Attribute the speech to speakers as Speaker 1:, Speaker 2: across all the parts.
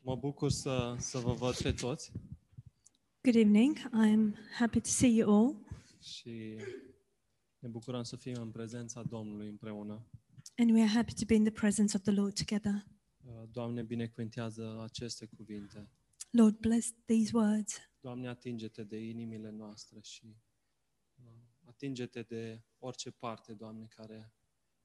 Speaker 1: Mă bucur să, să vă văd pe toți
Speaker 2: Good evening. I'm happy to see you all,
Speaker 1: și ne bucurăm să fim în prezența Domnului împreună.
Speaker 2: and we are happy to be in the presence of the Lord together.
Speaker 1: Doamne, binecuvântează aceste cuvinte.
Speaker 2: Lord, bless these words.
Speaker 1: Doamne, atinge-te de inimile noastre și uh, atinge-te de orice parte, Doamne, care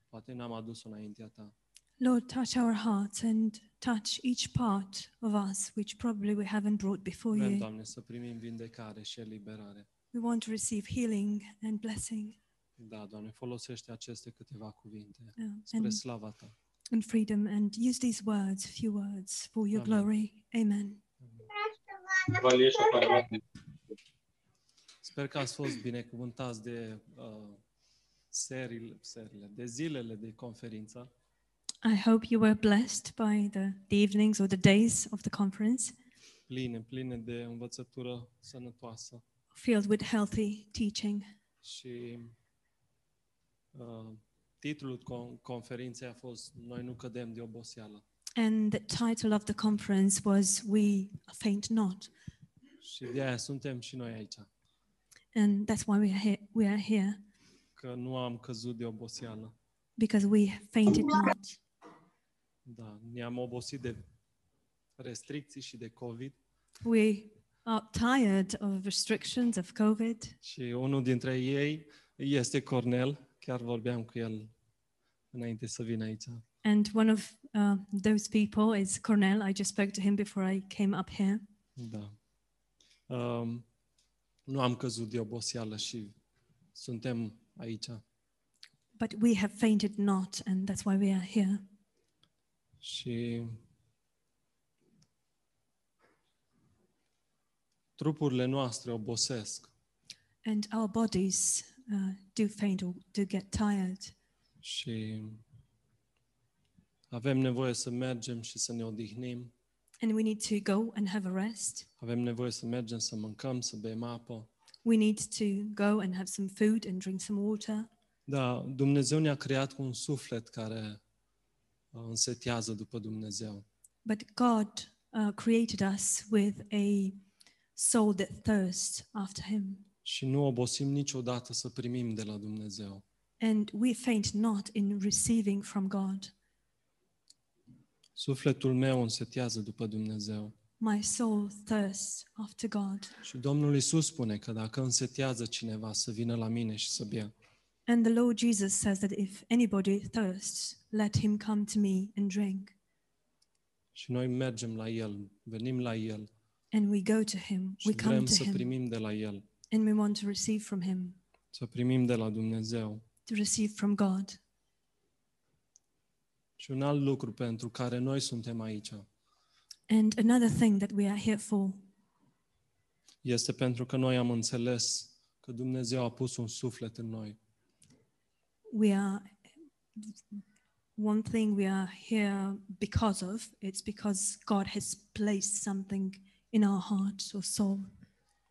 Speaker 1: poate n-am adus înaintea Ta.
Speaker 2: Lord, touch our hearts and touch each part of us which probably we haven't brought before
Speaker 1: Vrem,
Speaker 2: you.
Speaker 1: Doamne, să primim vindecare și eliberare.
Speaker 2: We want to receive healing and blessing
Speaker 1: Da, Doamne, folosește aceste câteva cuvinte
Speaker 2: uh,
Speaker 1: spre
Speaker 2: and,
Speaker 1: slava Ta.
Speaker 2: and freedom and use these words, few words, for your
Speaker 1: Amen.
Speaker 2: glory. Amen.
Speaker 3: Valiești afară la tine.
Speaker 1: Sper că ați fost binecuvântați de uh, serile, serile, de zilele de conferință.
Speaker 2: I hope you were blessed by the, the evenings or the days of the conference,
Speaker 1: pline, pline de învățătură sănătoasă
Speaker 2: filled with healthy teaching.
Speaker 1: și uh, titlul con- conferinței a fost Noi nu cădem de oboseală
Speaker 2: And the title of the conference was We Faint Not.
Speaker 1: și de aia suntem și noi aici,
Speaker 2: And that's why we are here, we are here
Speaker 1: că nu am căzut de oboseală.
Speaker 2: because we fainted not.
Speaker 1: Da, ne-am obosit de restricții și de COVID
Speaker 2: We are tired of restrictions of COVID.
Speaker 1: și unul dintre ei este Cornel, chiar vorbeam cu el înainte să vin aici.
Speaker 2: And one of uh, those people is Cornell. I just spoke to him before I came up here.
Speaker 1: Da. Um, nu am căzut de oboseală și suntem aici.
Speaker 2: But we have fainted not, and that's why we are here.
Speaker 1: Și trupurile noastre obosesc
Speaker 2: And our bodies uh, do faint or do get tired.
Speaker 1: și avem nevoie să mergem și să ne odihnim,
Speaker 2: And we need to go and have a rest.
Speaker 1: avem nevoie să mergem să mâncăm, să bem apă.
Speaker 2: We need to go and have some food and drink some water.
Speaker 1: Da, Dumnezeu ne-a creat cu un suflet care uh, însetează după Dumnezeu.
Speaker 2: But God uh, created us with a soul that thirsts after Him,
Speaker 1: Și nu obosim niciodată să primim de la Dumnezeu.
Speaker 2: and we faint not in receiving from God.
Speaker 1: Sufletul meu însetează după Dumnezeu.
Speaker 2: My soul thirsts after God.
Speaker 1: Și Domnul Isus spune că dacă însetează cineva să vină la mine și să bea.
Speaker 2: And the Lord Jesus says that if anybody thirsts, let him come to me and drink.
Speaker 1: Și noi mergem la El, venim la El
Speaker 2: And we go to him,
Speaker 1: și
Speaker 2: we
Speaker 1: vrem
Speaker 2: come
Speaker 1: să
Speaker 2: to him,
Speaker 1: primim de la El,
Speaker 2: and we want to receive from him,
Speaker 1: să primim de la Dumnezeu.
Speaker 2: to receive from God.
Speaker 1: Și un alt lucru pentru care noi suntem aici
Speaker 2: And another thing that we are here for
Speaker 1: este pentru că noi am înțeles că Dumnezeu a pus un suflet în noi.
Speaker 2: we are one thing we are here because of it's because god has placed something in our hearts or soul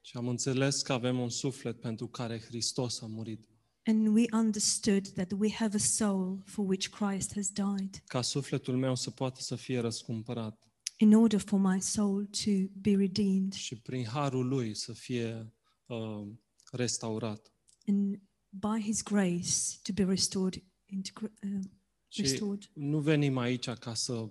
Speaker 1: Și am înțeles că avem un suflet pentru care Hristos a murit.
Speaker 2: and we understood that we have a soul for which christ has died
Speaker 1: Ca sufletul meu să poată să fie răscumpărat
Speaker 2: in order for my soul to be redeemed
Speaker 1: și prin harul Lui să fie uh, restaurat.
Speaker 2: and by his grace to be restored into gr- uh,
Speaker 1: Și
Speaker 2: restored
Speaker 1: nu venim aici ca să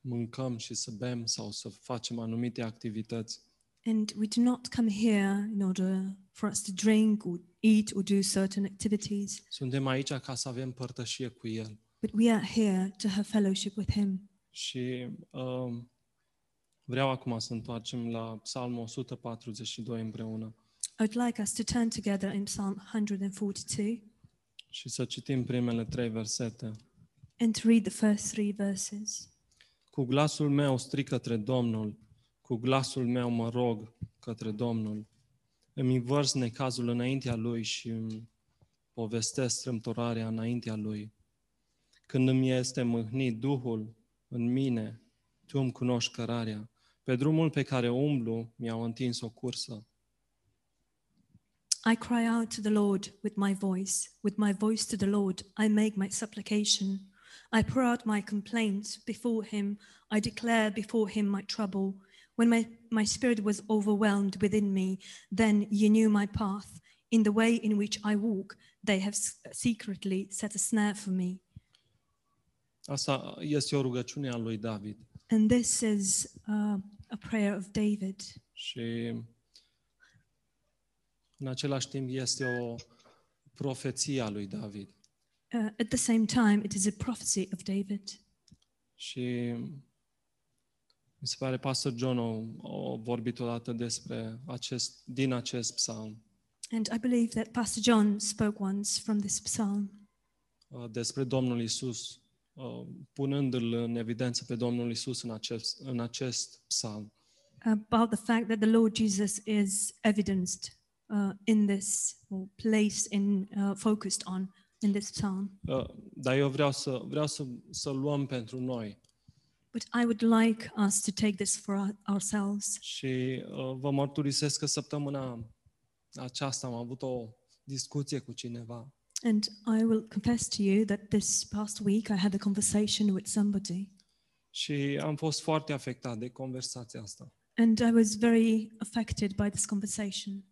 Speaker 1: mâncăm și să bem sau să facem anumite activități,
Speaker 2: and we do not come here in order for us to drink or eat or do certain activities
Speaker 1: Suntem aici ca să avem părtășie cu El.
Speaker 2: But we are here to have fellowship with him.
Speaker 1: Și um, vreau acum să întoarcem la Psalmul 142 împreună
Speaker 2: I'd like us to turn together in Psalm 142
Speaker 1: și să citim primele trei versete.
Speaker 2: and to read the first three verses.
Speaker 1: Cu glasul meu stric către Domnul, cu glasul meu mă rog către Domnul. Îmi învărs necazul înaintea Lui și îmi povestesc strâmtorarea înaintea Lui. Când îmi este mâhnit Duhul în mine, Tu îmi cunoști cărarea. Pe drumul pe care umblu, mi-au întins o cursă.
Speaker 2: I cry out to the Lord with my voice, with my voice to the Lord, I make my supplication. I pour out my complaints before him. I declare before him my trouble. When my, my spirit was overwhelmed within me, then you knew my path. In the way in which I walk, they have s- secretly set a snare for me.
Speaker 1: Asta este o rugăciune a lui David.
Speaker 2: And this is uh, a prayer of David.
Speaker 1: Și în același timp este o profeție a lui David.
Speaker 2: Uh, at the same time, it is a prophecy of David.
Speaker 1: Și mi se pare Pastor John o, o vorbit odată despre acest, din acest psalm,
Speaker 2: And I believe that Pastor John spoke once from this psalm
Speaker 1: uh, despre Domnul Isus, uh, punându-l în evidență pe Domnul Isus în acest, în acest psalm.
Speaker 2: about the fact that the Lord Jesus is evidenced uh, in this, or placed in, uh, focused on in this psalm.
Speaker 1: Uh, Dar eu vreau să vreau să, să luăm pentru noi
Speaker 2: But I would like us to take this for our, ourselves.
Speaker 1: și uh, vă mărturisesc că săptămâna aceasta am avut o discuție cu cineva
Speaker 2: And I will confess to you that this past week I had a conversation with somebody,
Speaker 1: Și am fost foarte afectat de conversația asta.
Speaker 2: and I was very affected by this conversation.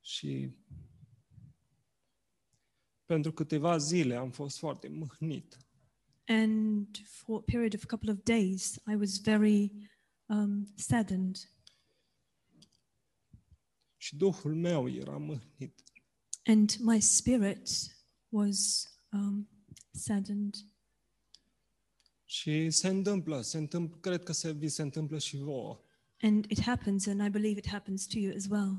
Speaker 1: Și pentru câteva zile am fost foarte mâhnit.
Speaker 2: And for a period of a couple of days, I was very um, saddened,
Speaker 1: Și Duhul meu era mâhnit.
Speaker 2: and my spirit was um, saddened.
Speaker 1: Și se întâmplă, se întâmplă, cred că se, vi se întâmplă și vouă.
Speaker 2: And it happens, and I believe it happens to you as well.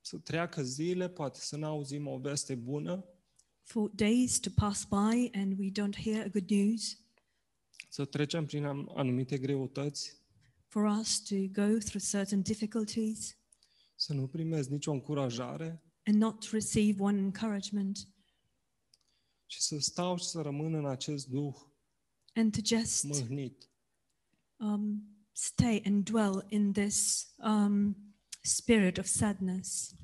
Speaker 1: Să treacă zile, poate să n-auzim o veste bună,
Speaker 2: For days to pass by, and we don't hear good news,
Speaker 1: să trecem prin am- anumite greutăți,
Speaker 2: for us to go through certain difficulties
Speaker 1: să nu primesc nicio încurajare
Speaker 2: and not receive one encouragement,
Speaker 1: și să stau și să rămân în acest Duh
Speaker 2: and to just
Speaker 1: mâhnit.
Speaker 2: um, stay and dwell in this um, spirit of sadness.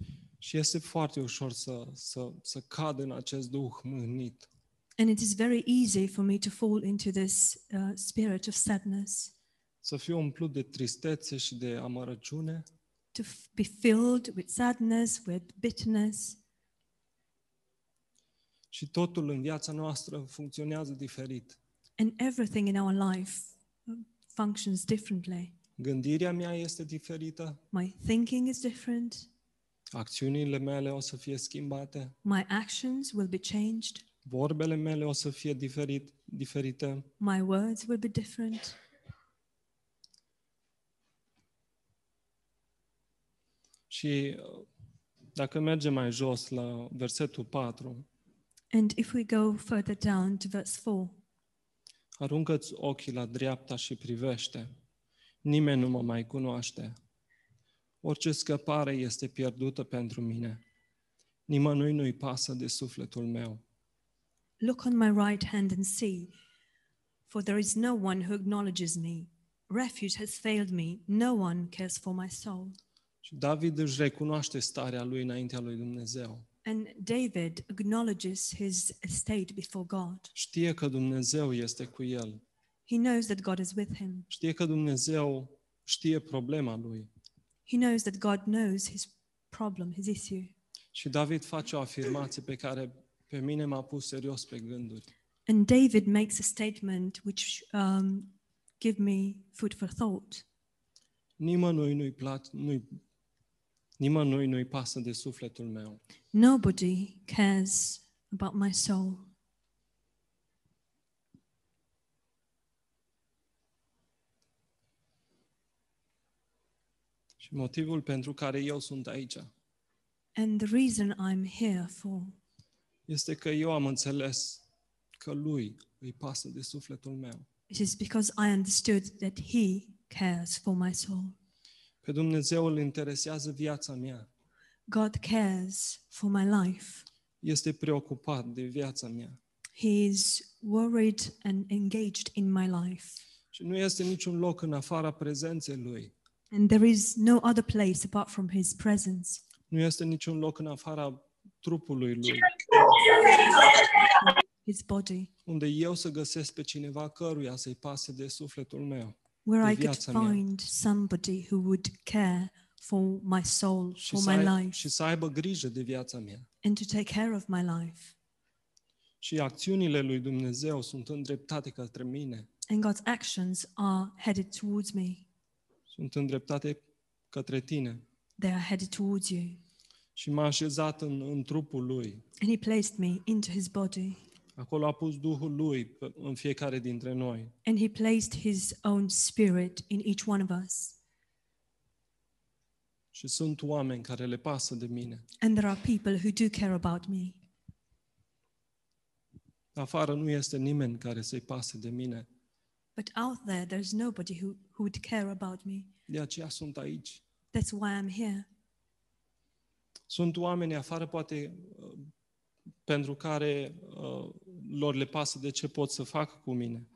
Speaker 1: Și este foarte ușor să, să, să cad în acest duh mâhnit.
Speaker 2: And it is very easy for me to fall into this uh, spirit of sadness,
Speaker 1: Să fiu umplut de tristețe și de amărăciune
Speaker 2: to f- be filled with sadness, with bitterness,
Speaker 1: și totul în viața noastră funcționează diferit.
Speaker 2: and everything in our life uh, functions differently.
Speaker 1: Gândirea mea este diferită,
Speaker 2: My thinking is different,
Speaker 1: acțiunile mele o să fie schimbate,
Speaker 2: my actions will be changed,
Speaker 1: vorbele mele o să fie diferit, diferite
Speaker 2: my words will be different.
Speaker 1: și uh, dacă mergem mai jos la versetul 4,
Speaker 2: And if we go further down to verse 4,
Speaker 1: Aruncă-ți ochii la dreapta și privește. Nimeni nu mă mai cunoaște. Orice scăpare este pierdută pentru mine. Nimănui nu-i pasă de sufletul meu.
Speaker 2: Look on my right hand and see, for there is no one who acknowledges me. Refuge has failed me, no one cares for my soul.
Speaker 1: Și David își recunoaște starea lui înaintea lui Dumnezeu.
Speaker 2: And David acknowledges his estate before God.
Speaker 1: Știe că Dumnezeu este cu el.
Speaker 2: He knows that God is with him.
Speaker 1: Știe că Dumnezeu știe problema lui.
Speaker 2: He knows that God knows his problem, his issue.
Speaker 1: Și David face o afirmație pe care pe mine m-a pus serios pe gânduri.
Speaker 2: And David makes a statement which um, give me food for thought.
Speaker 1: Nimănui nu-i, plac, nu-i, nimănui nu-i pasă de sufletul meu.
Speaker 2: Nobody cares about my soul.
Speaker 1: Și motivul pentru care eu sunt aici
Speaker 2: And the reason I'm here for
Speaker 1: este că eu am înțeles că lui îi pasă de sufletul meu.
Speaker 2: it is because I understood that he cares for my soul.
Speaker 1: Pe Dumnezeu îl interesează viața mea.
Speaker 2: God cares for my life.
Speaker 1: Este preocupat de viața mea.
Speaker 2: He is worried and engaged in my life.
Speaker 1: Și nu este niciun loc în afara prezenței lui.
Speaker 2: And there is no other place apart from his presence.
Speaker 1: Nu este niciun loc în afara trupului lui.
Speaker 2: his body,
Speaker 1: unde eu să găsesc pe cineva căruia să-i pase de sufletul meu
Speaker 2: where I
Speaker 1: Viața
Speaker 2: could
Speaker 1: mea.
Speaker 2: find somebody who would care for my soul,
Speaker 1: și
Speaker 2: for
Speaker 1: să,
Speaker 2: Oh my
Speaker 1: ai,
Speaker 2: life,
Speaker 1: și să aibă grijă de viața mea.
Speaker 2: and to take care of my life.
Speaker 1: Și acțiunile lui Dumnezeu sunt îndreptate către mine,
Speaker 2: And God's actions are headed towards me,
Speaker 1: sunt îndreptate către tine.
Speaker 2: they are headed towards you.
Speaker 1: Și m-a așezat în, în trupul lui.
Speaker 2: And He placed me into His body,
Speaker 1: Acolo a pus Duhul lui pe- în fiecare dintre noi.
Speaker 2: and He placed His own spirit in each one of us.
Speaker 1: Și sunt oameni care le pasă de mine.
Speaker 2: And there are people who do care about me.
Speaker 1: Afară nu este nimeni care să-i pase de mine.
Speaker 2: But out there, there's nobody who, who would care about me.
Speaker 1: De aceea sunt aici.
Speaker 2: That's why I'm here.
Speaker 1: Sunt oameni afară, poate, uh, pentru care uh, lor le pasă de ce pot să fac cu mine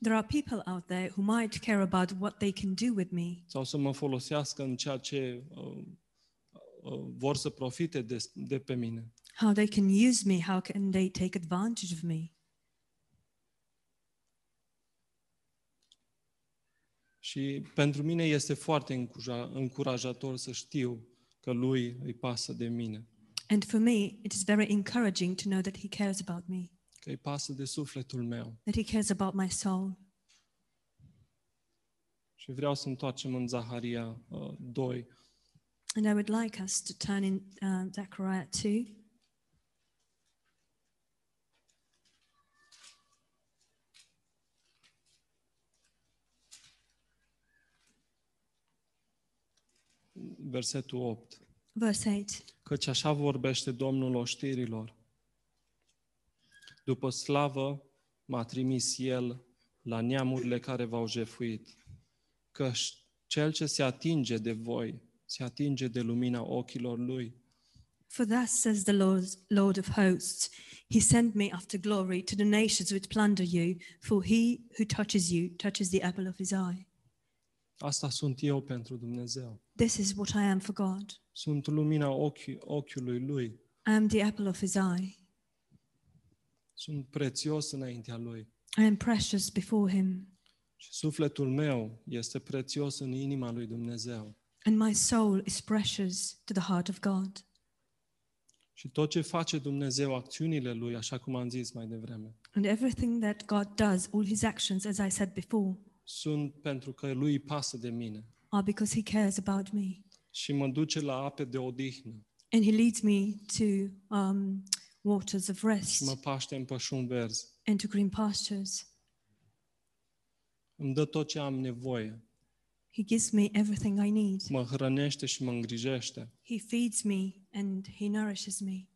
Speaker 2: There are people out there who might care about what they can do with me
Speaker 1: sau să mă folosească în ceea ce uh, uh, vor să profite de, de pe mine.
Speaker 2: how they can use me, how can they take advantage of me.
Speaker 1: Și pentru mine este foarte încuraja- încurajator să știu că lui îi pasă de mine,
Speaker 2: And for me, it is very encouraging to know that He cares about me,
Speaker 1: că îi pasă de sufletul meu.
Speaker 2: that He cares about my soul.
Speaker 1: Și vreau să întoarcem în Zaharia uh, 2.
Speaker 2: And I would like us to turn in uh, Zechariah 2.
Speaker 1: versetul 8.
Speaker 2: Verse 8
Speaker 1: Căci așa vorbește Domnul oștirilor. După slavă m-a trimis El la neamurile care v-au jefuit, că cel ce se atinge de voi, se atinge de lumina ochilor lui.
Speaker 2: For thus says the Lord, Lord of hosts, He sent me after glory to the nations which plunder you, for he who touches you touches the apple of his eye.
Speaker 1: Asta sunt eu pentru Dumnezeu.
Speaker 2: This is what I am for God.
Speaker 1: Sunt lumina ochi, ochiului lui.
Speaker 2: I am the apple of his eye.
Speaker 1: Sunt prețios înaintea lui.
Speaker 2: I am precious before him,
Speaker 1: Și sufletul meu este prețios în inima lui Dumnezeu.
Speaker 2: and my soul is precious to the heart of God.
Speaker 1: Și tot ce face Dumnezeu, acțiunile lui, așa cum am zis mai devreme,
Speaker 2: And everything that God does, all his actions, as I said before,
Speaker 1: sunt pentru că lui îi pasă de mine
Speaker 2: are because he cares about me.
Speaker 1: și mă duce la ape de odihnă
Speaker 2: And he leads me to um, waters of
Speaker 1: și mă
Speaker 2: rest
Speaker 1: paște în pășuni verzi.
Speaker 2: and to green pastures.
Speaker 1: Îmi dă tot ce am nevoie,
Speaker 2: He gives me everything I need.
Speaker 1: mă hrănește și mă îngrijește.
Speaker 2: He feeds me and he nourishes me.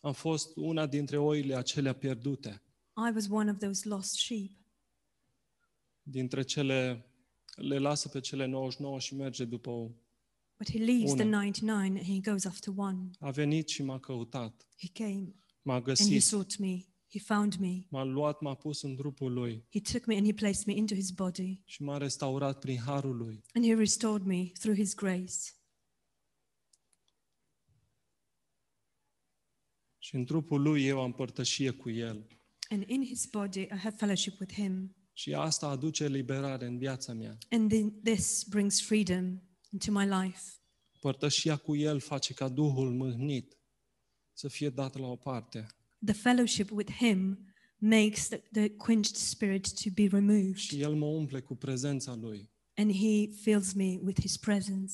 Speaker 1: Am fost una dintre oile acelea pierdute,
Speaker 2: I was one of those lost sheep.
Speaker 1: dintre cele le lasă pe cele 99 și merge după o.
Speaker 2: But he leaves the
Speaker 1: Una.
Speaker 2: 99 and he goes after one.
Speaker 1: A venit și m-a căutat,
Speaker 2: He came
Speaker 1: m-a
Speaker 2: and he
Speaker 1: găsit,
Speaker 2: sought me. He found me.
Speaker 1: m-a luat, m-a pus în trupul lui
Speaker 2: He took me and he placed me into his body.
Speaker 1: și m-a restaurat prin harul lui.
Speaker 2: And he restored me through his grace.
Speaker 1: Și în trupul lui eu am părtășie cu el.
Speaker 2: And in his body, I have fellowship with him.
Speaker 1: Și asta aduce liberare în viața mea.
Speaker 2: And then this brings freedom into my life.
Speaker 1: Părtășia cu El face ca Duhul mâhnit să fie dat la o parte
Speaker 2: The fellowship with him makes the, the quenched spirit to be removed.
Speaker 1: și El mă umple cu prezența Lui.
Speaker 2: And he fills me with his presence.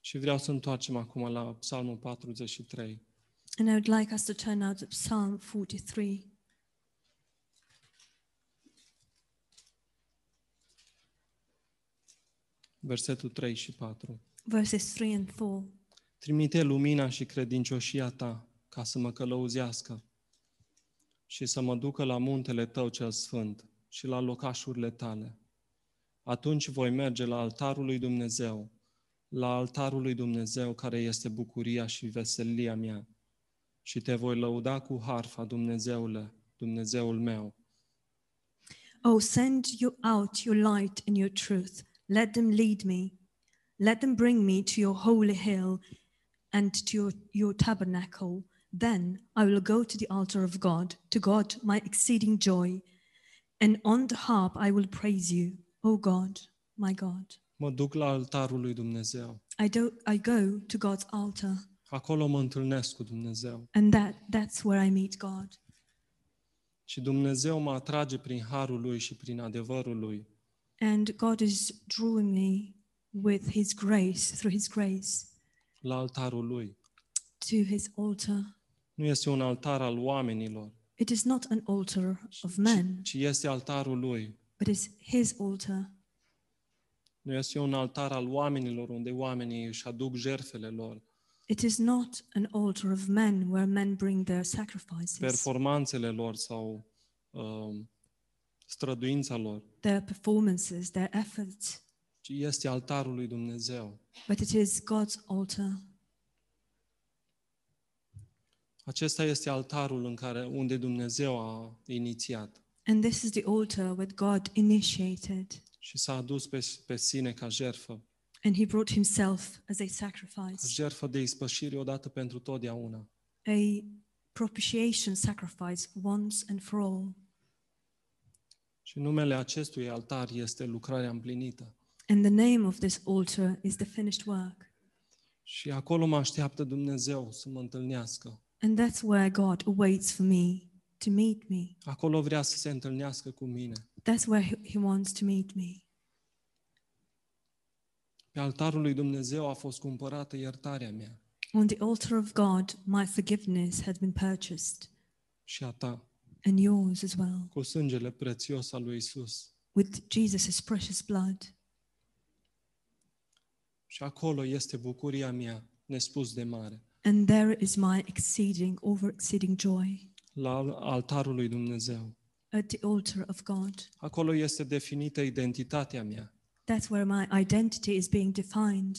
Speaker 1: Și vreau să întoarcem acum la Psalmul 43.
Speaker 2: And I would like us to turn out to Psalm 43.
Speaker 1: Versetul 3 și 4.
Speaker 2: verses 3 and 4.
Speaker 1: Trimite lumina și credincioșia ta ca să mă călăuzească și să mă ducă la muntele tău cel sfânt și la locașurile tale. Atunci voi merge la altarul lui Dumnezeu, la altarul lui Dumnezeu care este bucuria și veselia mea și te voi lăuda cu harfa, Dumnezeule, Dumnezeul meu.
Speaker 2: Oh, send you out your light and your truth. Let them lead me. Let them bring me to your holy hill and to your, your tabernacle. Then I will go to the altar of God, to God my exceeding joy, and on the harp I will praise you, O God, my God.
Speaker 1: Mă duc la altarul lui Dumnezeu.
Speaker 2: I do I go to God's altar,
Speaker 1: Acolo mă întâlnesc cu Dumnezeu.
Speaker 2: and that that's where I meet God.
Speaker 1: Și Dumnezeu mă atrage prin harul lui și prin adevărul lui.
Speaker 2: And God is drawing me with his grace, through his grace,
Speaker 1: la altarul lui.
Speaker 2: to his altar.
Speaker 1: Nu este un altar al oamenilor,
Speaker 2: It is not an altar of
Speaker 1: ci,
Speaker 2: men,
Speaker 1: ci este altarul lui.
Speaker 2: but it's his altar.
Speaker 1: Nu este un altar al oamenilor unde oamenii își aduc jertfele lor,
Speaker 2: It is not an altar of men where men bring their sacrifices,
Speaker 1: performanțele lor sau um, străduința lor,
Speaker 2: their performances, their efforts,
Speaker 1: ci este altarul lui Dumnezeu.
Speaker 2: but it is God's altar.
Speaker 1: Acesta este altarul în care unde Dumnezeu a inițiat
Speaker 2: And this is the altar where God initiated,
Speaker 1: și s-a adus pe, pe sine ca jertfă,
Speaker 2: and he brought himself as a
Speaker 1: ca
Speaker 2: sacrifice,
Speaker 1: jertfă de ispășire odată pentru totdeauna.
Speaker 2: a propitiation sacrifice once and for all.
Speaker 1: Și numele acestui altar este lucrarea împlinită.
Speaker 2: And the name of this altar is the finished work.
Speaker 1: Și acolo mă așteaptă Dumnezeu să mă întâlnească.
Speaker 2: And that's where God awaits for me to meet me.
Speaker 1: Acolo vrea să se întâlnească cu mine.
Speaker 2: That's where He, he wants to meet me.
Speaker 1: Pe altarul lui Dumnezeu a fost cumpărată iertarea mea
Speaker 2: On the altar of God, my forgiveness has been purchased,
Speaker 1: și a ta,
Speaker 2: and yours as well,
Speaker 1: cu sângele prețios al lui Isus.
Speaker 2: with Jesus' precious blood.
Speaker 1: Și acolo este bucuria mea nespus de mare,
Speaker 2: And there is my exceeding, over exceeding joy
Speaker 1: la al- altarul lui Dumnezeu.
Speaker 2: at the altar of God.
Speaker 1: Acolo este definită identitatea mea.
Speaker 2: That's where my identity is being defined.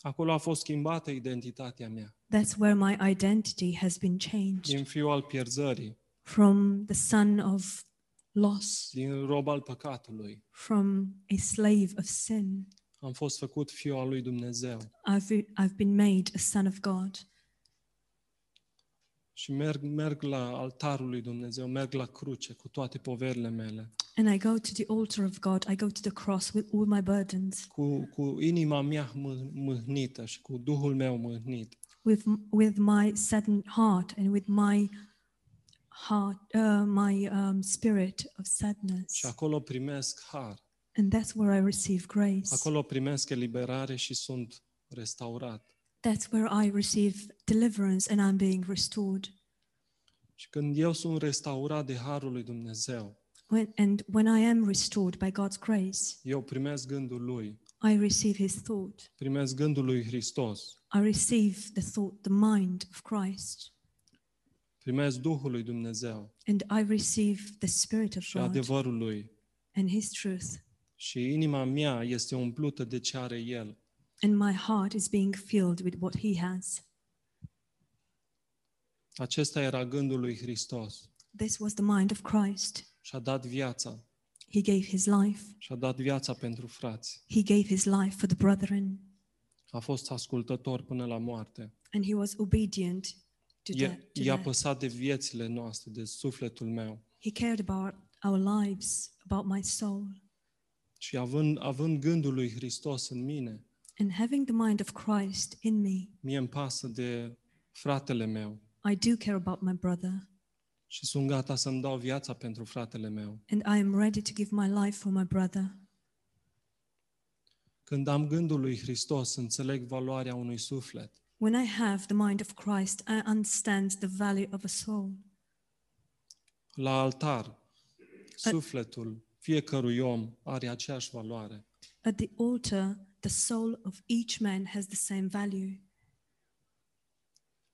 Speaker 1: Acolo a fost schimbată identitatea mea
Speaker 2: That's where my identity has been changed
Speaker 1: din fiu al pierzării,
Speaker 2: from the son of loss,
Speaker 1: din rob al păcatului.
Speaker 2: from a slave of sin.
Speaker 1: Am fost făcut fiu al lui Dumnezeu.
Speaker 2: I've, I've been made a son of God.
Speaker 1: Și merg, merg la altarul lui Dumnezeu, merg la cruce cu toate poverile mele,
Speaker 2: And I go to the altar of God. I go to the cross with all my burdens,
Speaker 1: cu, cu inima mea mâ- mâhnită și cu Duhul meu mâhnit.
Speaker 2: with, with my saddened heart and with my heart, uh, my um, spirit of sadness.
Speaker 1: Și acolo primesc har,
Speaker 2: And that's where I receive grace.
Speaker 1: acolo primesc eliberare și sunt restaurat.
Speaker 2: That's where I receive deliverance and I'm being restored.
Speaker 1: Și când eu sunt restaurat de harul lui Dumnezeu,
Speaker 2: When, and when I am restored by God's grace,
Speaker 1: eu primesc gândul lui,
Speaker 2: I receive his thought.
Speaker 1: primesc gândul lui Hristos,
Speaker 2: I receive the thought, the mind of Christ.
Speaker 1: primesc Duhul lui Dumnezeu
Speaker 2: And I receive the Spirit of
Speaker 1: și
Speaker 2: God
Speaker 1: adevărul lui.
Speaker 2: and His truth.
Speaker 1: Și inima mea este umplută de ce are El.
Speaker 2: And my heart is being filled with what He has.
Speaker 1: Acesta era gândul lui Hristos.
Speaker 2: This was the mind of Christ.
Speaker 1: și-a dat viața.
Speaker 2: He gave His life,
Speaker 1: Și-a dat viața pentru frați.
Speaker 2: He gave His life for the brethren,
Speaker 1: A fost ascultător până la moarte.
Speaker 2: and He was obedient to
Speaker 1: I-a-
Speaker 2: that. to
Speaker 1: I-a
Speaker 2: that.
Speaker 1: păsat de viețile noastre, de sufletul meu.
Speaker 2: He cared about our lives, about my soul.
Speaker 1: Și având, având gândul lui Hristos în mine,
Speaker 2: And having the mind of Christ in me,
Speaker 1: mie îmi pasă de fratele meu
Speaker 2: I do care about my brother,
Speaker 1: și sunt gata să-mi dau viața pentru fratele meu.
Speaker 2: and I am ready to give my life for my brother.
Speaker 1: Când am gândul lui Hristos, înțeleg valoarea unui suflet.
Speaker 2: When I have the mind of Christ, I understand the value of a soul.
Speaker 1: La altar, sufletul fiecărui om are aceeași valoare.
Speaker 2: At the altar, the soul of each man has the same value.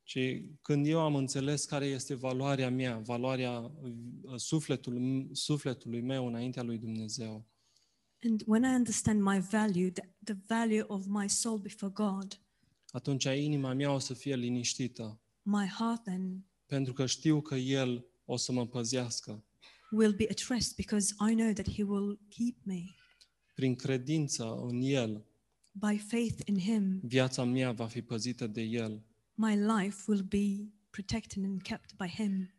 Speaker 1: Și când eu am înțeles care este valoarea mea, valoarea uh, sufletului, sufletului meu înaintea lui Dumnezeu,
Speaker 2: And when I understand my value, the, the value of my soul before God,
Speaker 1: atunci inima mea o să fie liniștită,
Speaker 2: my heart then
Speaker 1: pentru că știu că El o să mă păzească.
Speaker 2: will be at rest because I know that He will keep me.
Speaker 1: Prin credință în El,
Speaker 2: By faith in Him,
Speaker 1: viața mea va fi păzită de El.
Speaker 2: my life will be protected and kept by him.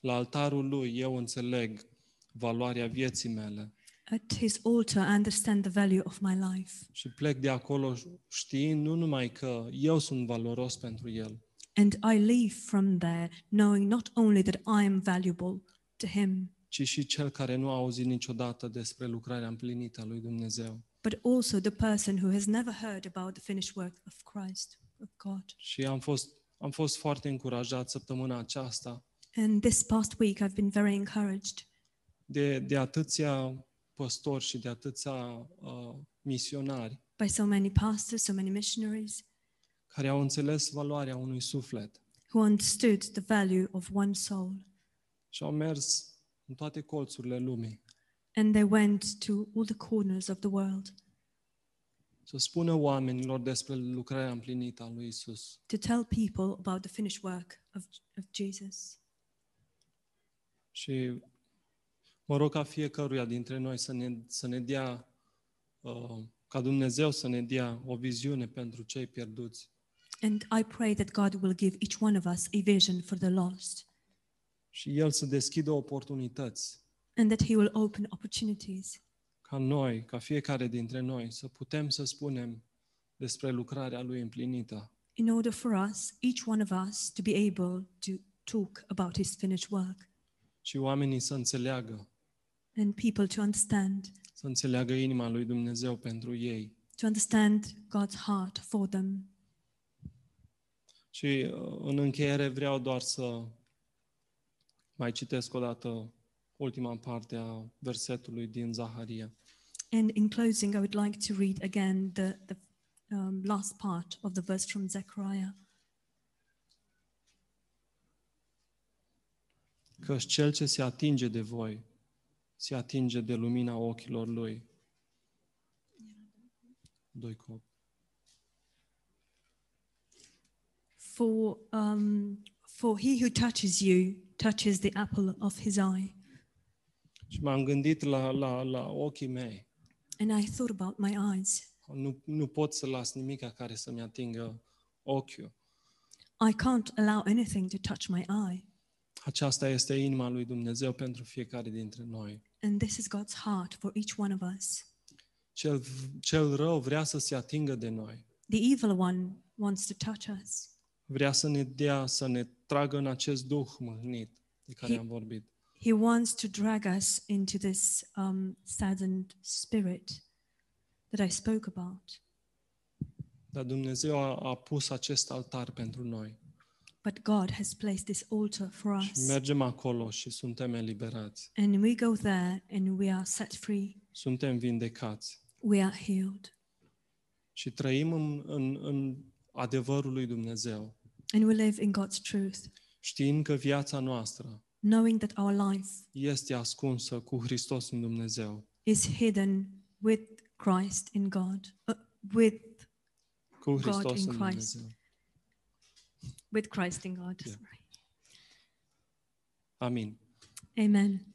Speaker 1: La altarul lui eu înțeleg valoarea vieții mele
Speaker 2: At his altar, I understand the value of my life.
Speaker 1: și plec de acolo știind nu numai că eu sunt valoros pentru el,
Speaker 2: And I leave from there knowing not only that I am valuable to him,
Speaker 1: ci și cel care nu a auzit niciodată despre lucrarea împlinită a lui Dumnezeu.
Speaker 2: but also the person who has never heard about the finished work of Christ, of God.
Speaker 1: Și am fost, am fost foarte încurajat săptămâna aceasta
Speaker 2: And this past week, I've been very encouraged
Speaker 1: de, de atâția păstori și de atâția uh, misionari
Speaker 2: by so many pastors, so many missionaries
Speaker 1: care au înțeles valoarea unui suflet
Speaker 2: who understood the value of one soul.
Speaker 1: și au mers în toate colțurile lumii
Speaker 2: And they went to all the corners of the world
Speaker 1: să spună oamenilor despre lucrarea împlinită a lui Isus.
Speaker 2: to tell people about the finished work of, of Jesus.
Speaker 1: Și mă rog ca fiecăruia dintre noi să ne, să ne dea, uh, ca Dumnezeu să ne dea o viziune pentru cei pierduți
Speaker 2: And I pray that God will give each one of us a vision for the lost
Speaker 1: și El să deschidă oportunități
Speaker 2: and that He will open opportunities
Speaker 1: ca noi, ca fiecare dintre noi, să putem să spunem despre lucrarea Lui împlinită
Speaker 2: in order for us, each one of us, to be able to talk about His finished work
Speaker 1: și oamenii să înțeleagă,
Speaker 2: and people to understand,
Speaker 1: să înțeleagă inima Lui Dumnezeu pentru ei.
Speaker 2: to understand God's heart for them.
Speaker 1: Și uh, în încheiere vreau doar să mai citesc o dată ultima parte a versetului din Zaharia.
Speaker 2: And in closing, I would like to read again the, the um, last part of the verse from Zechariah.
Speaker 1: Căci cel ce se atinge de voi, se atinge de lumina ochilor lui. Doi cop.
Speaker 2: For, um, for he who touches you touches the apple of his eye.
Speaker 1: Și m-am gândit la, la, la ochii mei.
Speaker 2: And I thought about my eyes.
Speaker 1: Nu, nu pot să las nimica care să-mi atingă ochiul.
Speaker 2: I can't allow anything to touch my eye.
Speaker 1: Aceasta este inima lui Dumnezeu pentru fiecare dintre noi.
Speaker 2: And this is God's heart for each one of us.
Speaker 1: Cel, cel rău vrea să se atingă de noi.
Speaker 2: The evil one wants to touch us.
Speaker 1: Vrea să ne dea, să ne tragă în acest duh mâhnit de care
Speaker 2: He-
Speaker 1: am vorbit.
Speaker 2: He wants to drag us into this um, saddened spirit that I spoke about.
Speaker 1: Dar Dumnezeu a, a pus acest altar pentru noi.
Speaker 2: But God has placed this altar for
Speaker 1: Și
Speaker 2: us.
Speaker 1: mergem acolo și suntem eliberați.
Speaker 2: And we go there and we are set free,
Speaker 1: Suntem vindecați.
Speaker 2: we are healed,
Speaker 1: Și trăim în, în, în adevărul lui Dumnezeu.
Speaker 2: and we live in God's truth,
Speaker 1: Știind că viața noastră
Speaker 2: knowing that our life
Speaker 1: este ascunsă cu Hristos în Dumnezeu.
Speaker 2: is hidden with Christ in God, uh, with
Speaker 1: Cu
Speaker 2: God
Speaker 1: Hristos
Speaker 2: in
Speaker 1: în
Speaker 2: Christ.
Speaker 1: Dumnezeu.
Speaker 2: with Christ in God.
Speaker 1: Yeah.
Speaker 2: Sorry.
Speaker 1: Amin.
Speaker 2: Amen.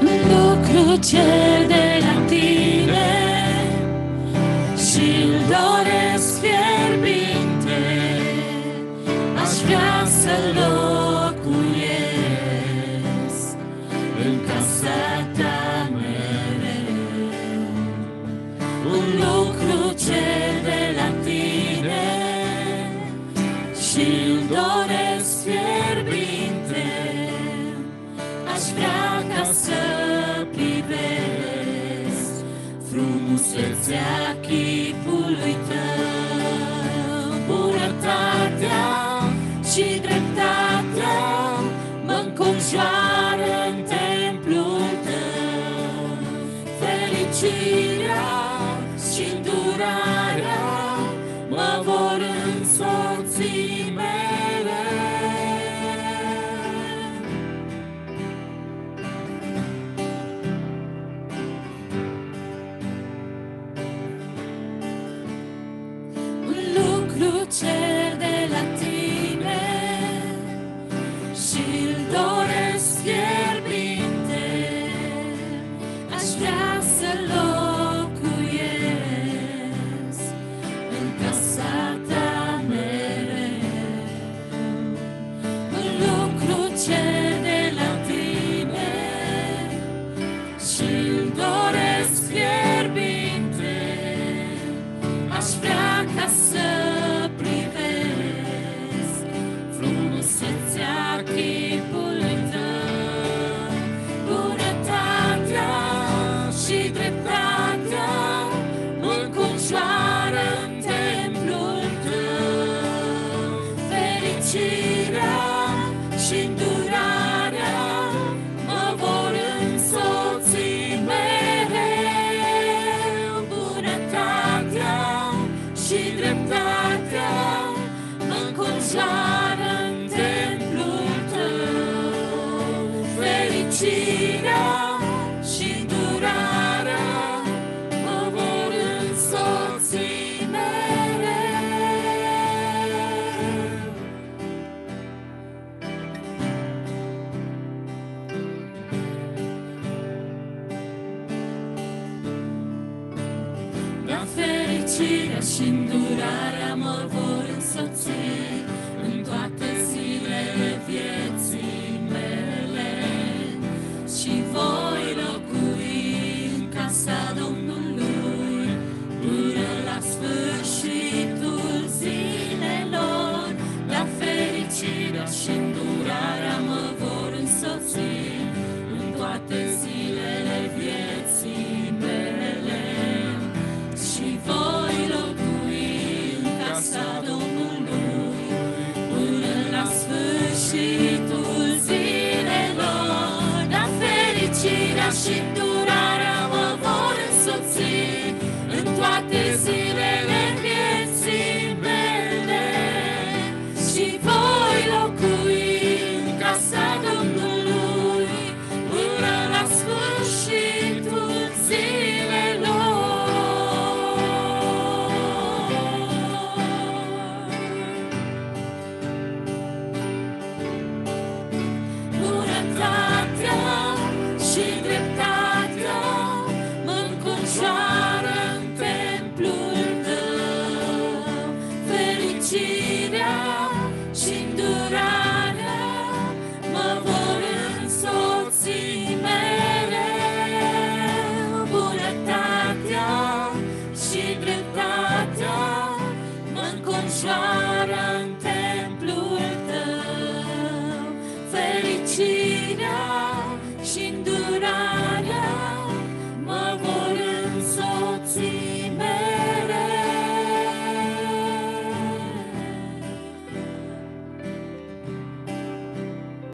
Speaker 4: Nu lucru cel de la tine și îl doresc fierbinte, aș vrea să locuiesc în casa ta mereu. Un lucru cer de la tine și îl doresc fierbinte, aș vrea ca să privesc frumusețea chipului tău, bunătatea și dreptatea mă înconjoară în templul tău. Fericirea și durarea mă vor însoți mereu. un lucru cer de la tine și îl doresc fierbinte. Aș vrea să locuiesc în casa ta mereu. Un lucru cer de la tine și îl doresc fierbinte aș vrea ca să privesc frumusețea chipului tău, bunătatea și dreptatea mă înconjoară în templul tău, fericirea și îndurarea mă vor însoți mereu, bunătatea și dreptatea mă înconjoară în templul tău. Fericirea și durarea mă vor însoți mereu. Dar fericirea și îndurarea mă vor însoți în toate zilele vieții mele și voi locui în casa Domnului până la sfârșitul zilelor. Dar fericirea și îndurarea mă vor însoți în toate zilele vieții mele și voi locui în casa Domnului până la sfârșitul zilelor. Dar fericirea și durarea mă vor însoți în toate zilele vieții mele și voi locui în casa Domnului până la sfârșitul zilelor. Bunătatea și dreptatea mă înconjoară în templul tău. Fericirea și îndurarea mă vor însoți mereu. Bunătatea și dreptatea mă înconjoară